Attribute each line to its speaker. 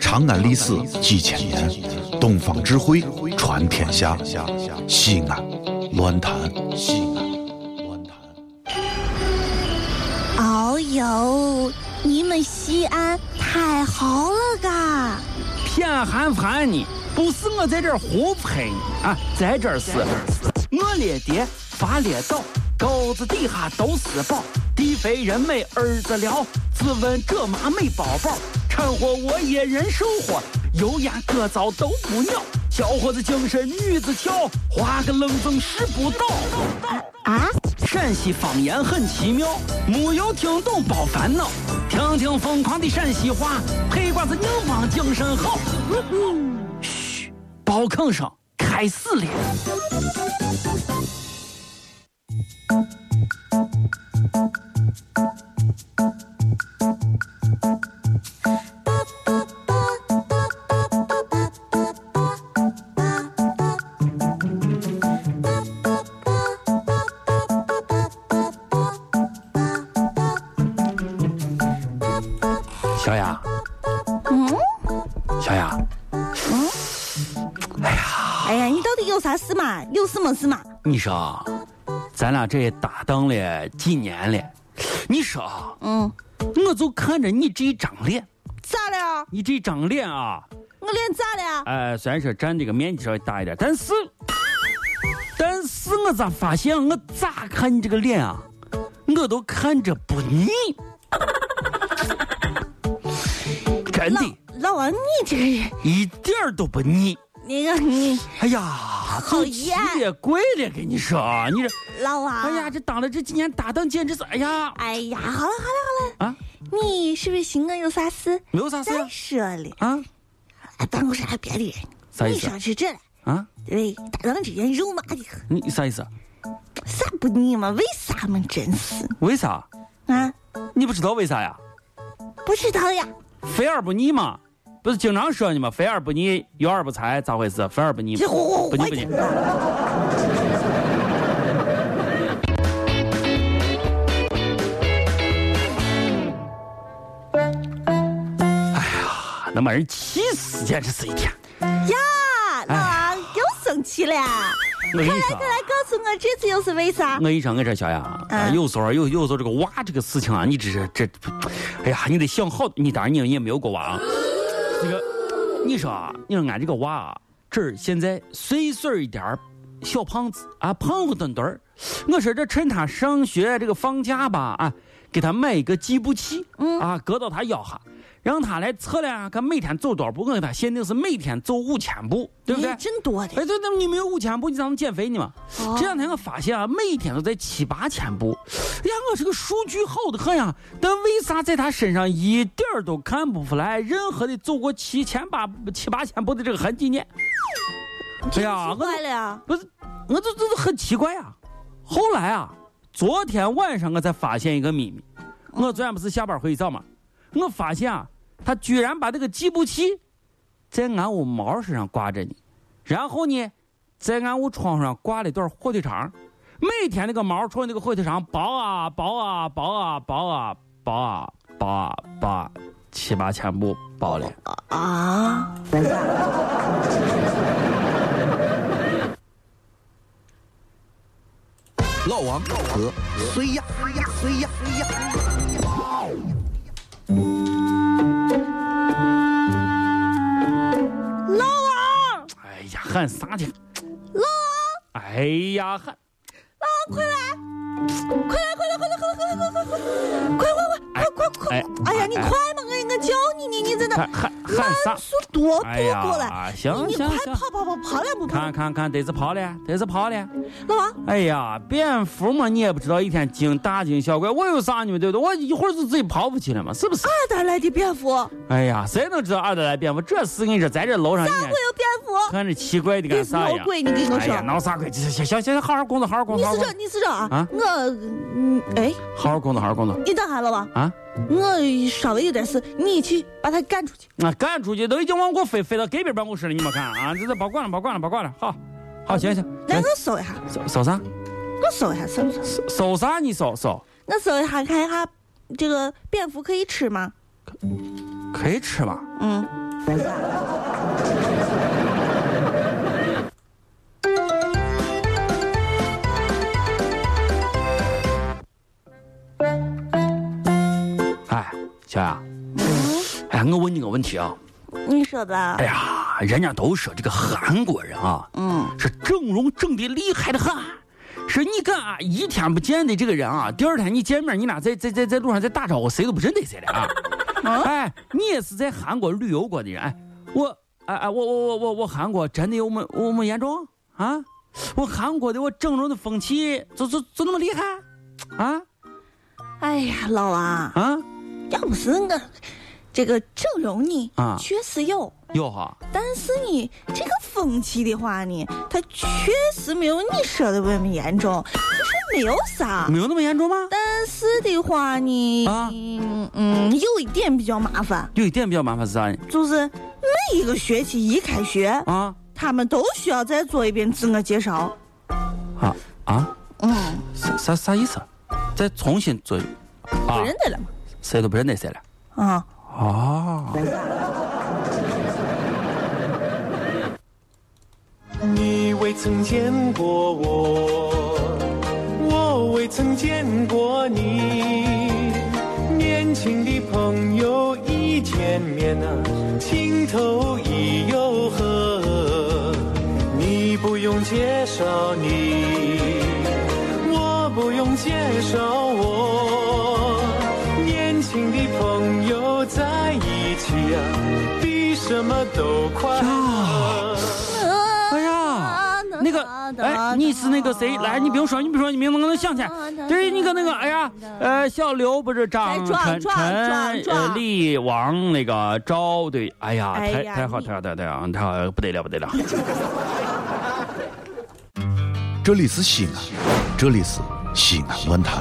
Speaker 1: 长安历史几千年，东方智慧传天下。西安，乱谈西安，乱谈。
Speaker 2: 哦呦，你们西安太好了嘎！啊
Speaker 3: 偏寒寒你，不是我在这儿胡喷你啊，在这儿是，我列爹发列倒，沟子底下都是宝，地肥人美儿子了，自问这妈没宝宝，掺和我也人生活，油盐各糟都不尿，小伙子精神女子俏，花个愣风拾不倒。
Speaker 2: 啊，
Speaker 3: 陕西方言很奇妙，没有听懂别烦恼，听听疯狂的陕西话，黑瓜子硬邦精神好。嘘，包吭声开始了。小雅，
Speaker 2: 嗯，
Speaker 3: 小雅，
Speaker 2: 哎呀，你到底有啥事嘛？有什么事嘛？
Speaker 3: 你说啊，咱俩这搭档了几年了？你说啊，
Speaker 2: 嗯，
Speaker 3: 我就看着你这张脸，
Speaker 2: 咋了？
Speaker 3: 你这张脸啊，
Speaker 2: 我脸咋了？
Speaker 3: 呃，虽然说占这个面积稍微大一点，但是，但是我咋发现我咋看你这个脸啊，我都看着不腻。真
Speaker 2: 老
Speaker 3: 的，
Speaker 2: 老王，你这个人，
Speaker 3: 一点儿都不腻。
Speaker 2: 那个你，
Speaker 3: 哎呀，
Speaker 2: 讨
Speaker 3: 都
Speaker 2: 厌啊
Speaker 3: 气也贵了，跟你说，啊你这，
Speaker 2: 老王，
Speaker 3: 哎呀，，这当了这几年搭档，简直是，哎呀，
Speaker 2: 哎呀，好了好了好了，
Speaker 3: 啊，
Speaker 2: 你是不是寻我有啥事？
Speaker 3: 没有啥事
Speaker 2: 再说了，
Speaker 3: 啊
Speaker 2: 啊办公室还别的人，
Speaker 3: 啥意
Speaker 2: 你
Speaker 3: 思
Speaker 2: 上是这了，
Speaker 3: 啊，
Speaker 2: 对，搭档之间肉麻的很，
Speaker 3: 你啥意思？
Speaker 2: 啥不腻嘛？为啥嘛？真是
Speaker 3: 为啥？
Speaker 2: 啊，
Speaker 3: 你不知道为啥呀？
Speaker 2: 不知道呀。
Speaker 3: 肥而不腻嘛，不是经常说你吗？肥而不腻，油而不柴，咋回事？肥而不腻，
Speaker 2: 这我我
Speaker 3: 不腻不腻。啊能把人气死，简直是一天！
Speaker 2: 呀，老王又生气了。
Speaker 3: 我跟你
Speaker 2: 快
Speaker 3: 说
Speaker 2: 来，快来，告诉我这次又是为啥
Speaker 3: 我？跟你说，我这小杨，啊，
Speaker 2: 嗯
Speaker 3: 有时候有有时候这个娃这个事情啊，你这是这，哎呀，你得想好，你当然你也没有过娃啊。这个，你说啊，你说俺这个娃啊，这儿现在碎碎儿一点儿小胖子啊，胖乎墩墩儿。我说这趁他上学这个放假吧啊，给他买一个计步器，啊，搁到他腰下，让他来测量，看每天走多少步。我给他限定是每天走五千步，对不对？
Speaker 2: 哎真多的
Speaker 3: 哎，对，那么你没有五千步，你咋能减肥呢嘛？
Speaker 2: 哦
Speaker 3: 这两天我发现啊，每天都在七八千步，哎呀，我这个数据好的很呀，但为啥在他身上一点儿都看不出来任何的走过七千八七八千步的这个痕迹呢？哎呀，我
Speaker 2: 坏了呀！
Speaker 3: 不是，我这这这很奇怪啊。后来啊，昨天晚上我才发现一个秘密，我昨天不是下班回去早嘛，我发现啊，他居然把这个计步器在俺屋毛身上挂着呢，然后呢，在俺屋窗户上挂了一段火腿肠，每天那个毛冲那个火腿肠薄啊薄啊薄啊薄啊薄啊薄啊薄啊，七八千步薄了。
Speaker 2: 啊，
Speaker 4: 老王和谁呀？谁呀？谁呀？
Speaker 2: 老王，
Speaker 3: 哎呀，喊啥的？
Speaker 2: 老王，
Speaker 3: 哎呀，喊。
Speaker 2: 快来，快来，快来，快来，快来，快来，快来，快来，快快快快快快！哎呀，你快嘛，我我叫你呢，你在那
Speaker 3: 喊喊喊啥？
Speaker 2: 速多
Speaker 3: 哎
Speaker 2: 步
Speaker 3: 呀
Speaker 2: 过来，
Speaker 3: 行
Speaker 2: 你你
Speaker 3: 行
Speaker 2: 快
Speaker 3: 行
Speaker 2: 跑跑跑跑两步，跑
Speaker 3: 看看看，得是跑了，得是跑了。
Speaker 2: 老王，
Speaker 3: 哎呀，蝙蝠嘛，你也不知道一天惊大惊小怪，我有啥你们对不对？我一会儿就自己跑不去了嘛，是不是？
Speaker 2: 哪儿来的蝙蝠？哪
Speaker 3: 哎呀，谁能知道二德来蝙蝠？这事你说，咱这楼上一
Speaker 2: 会
Speaker 3: 天
Speaker 2: 有蝙蝠？
Speaker 3: 看着奇怪的干啥
Speaker 2: 这
Speaker 3: 呀
Speaker 2: 魔？鬼，你跟我
Speaker 3: 哎呀，
Speaker 2: 说。
Speaker 3: 闹啥鬼？行行行行，好好工作，好好工
Speaker 2: 你
Speaker 3: 作，好
Speaker 2: 是
Speaker 3: 好
Speaker 2: 这，你是这啊
Speaker 3: 啊？
Speaker 2: 我，嗯，哎，
Speaker 3: 好好工作，好好工作
Speaker 2: 你等下老王，
Speaker 3: 啊！
Speaker 2: 我稍微有点事，你去把他赶出去。
Speaker 3: 那赶啊出去都已经往我飞飞到隔壁办公室了，你没看啊？这这别管了，别管了，别管了，好，好，行行
Speaker 2: 来，
Speaker 3: 行
Speaker 2: 我，搜一下，
Speaker 3: 搜搜啥？
Speaker 2: 我搜一下，搜一下。
Speaker 3: 搜搜啥？你搜搜，
Speaker 2: 我搜一下看一下，这个蝙蝠可以吃吗？
Speaker 3: 可以吃吧？
Speaker 2: 嗯，
Speaker 3: 哎，小雅，哎，我问你个问题啊。
Speaker 2: 你说吧
Speaker 3: 哎。呀，人家都说这个韩国人啊，
Speaker 2: 嗯，
Speaker 3: 是整容整的厉害的很。啊是你看啊，一天不见的这个人啊，第二天你见面，你俩在在在在路上再打招呼，谁都不认得谁了啊！哎，你也是在韩国旅游过的人，哎，我哎哎，我我我我我韩国真的有没我没严重啊？我韩国的我整容的风气就就就那么厉害啊
Speaker 2: 哎呀，老王，
Speaker 3: 啊
Speaker 2: 要不是我这个整容呢
Speaker 3: 啊，
Speaker 2: 确实有，
Speaker 3: 哟哈！
Speaker 2: 但是呢，这个风气的话呢，它确实没有你说的那么严重，就是没有啥。
Speaker 3: 没有那么严重吗？
Speaker 2: 但是的话呢，
Speaker 3: 嗯啊
Speaker 2: 嗯嗯，有一点比较麻烦，
Speaker 3: 有一点比较麻烦是啥呢？
Speaker 2: 就是每一个学期一开学，
Speaker 3: 啊
Speaker 2: 他们都需要再做一遍自我介绍。
Speaker 3: 啊啊！
Speaker 2: 嗯，
Speaker 3: 啥啥啥意思？再重新做一遍啊
Speaker 2: 不？认得了嘛？
Speaker 3: 谁都不认得谁了
Speaker 2: 啊，
Speaker 3: 啊？
Speaker 5: 你未曾见过我，我未曾见过你。年轻的朋友一见面啊，情投意又合。你不用介绍你，我不用介绍我。年轻的朋友在一起啊，比什么都快乐。
Speaker 2: 啊
Speaker 3: 哎呀，那个，哎，你是那个谁？来，你不用说，你不用说，你名字我能想起来。
Speaker 2: 啊
Speaker 3: 就是那个那个，哎呀，呃，小刘不是张
Speaker 2: 哎壮
Speaker 3: 陈
Speaker 2: 壮
Speaker 3: 陈
Speaker 2: 壮
Speaker 3: 呃
Speaker 2: 壮
Speaker 3: 李王那个赵对，哎呀，
Speaker 2: 哎
Speaker 3: 太
Speaker 2: 呀
Speaker 3: 太好
Speaker 2: 你
Speaker 3: 太好太好太好太好，不得了不得了。
Speaker 1: 这里是西安，这里是西安论坛。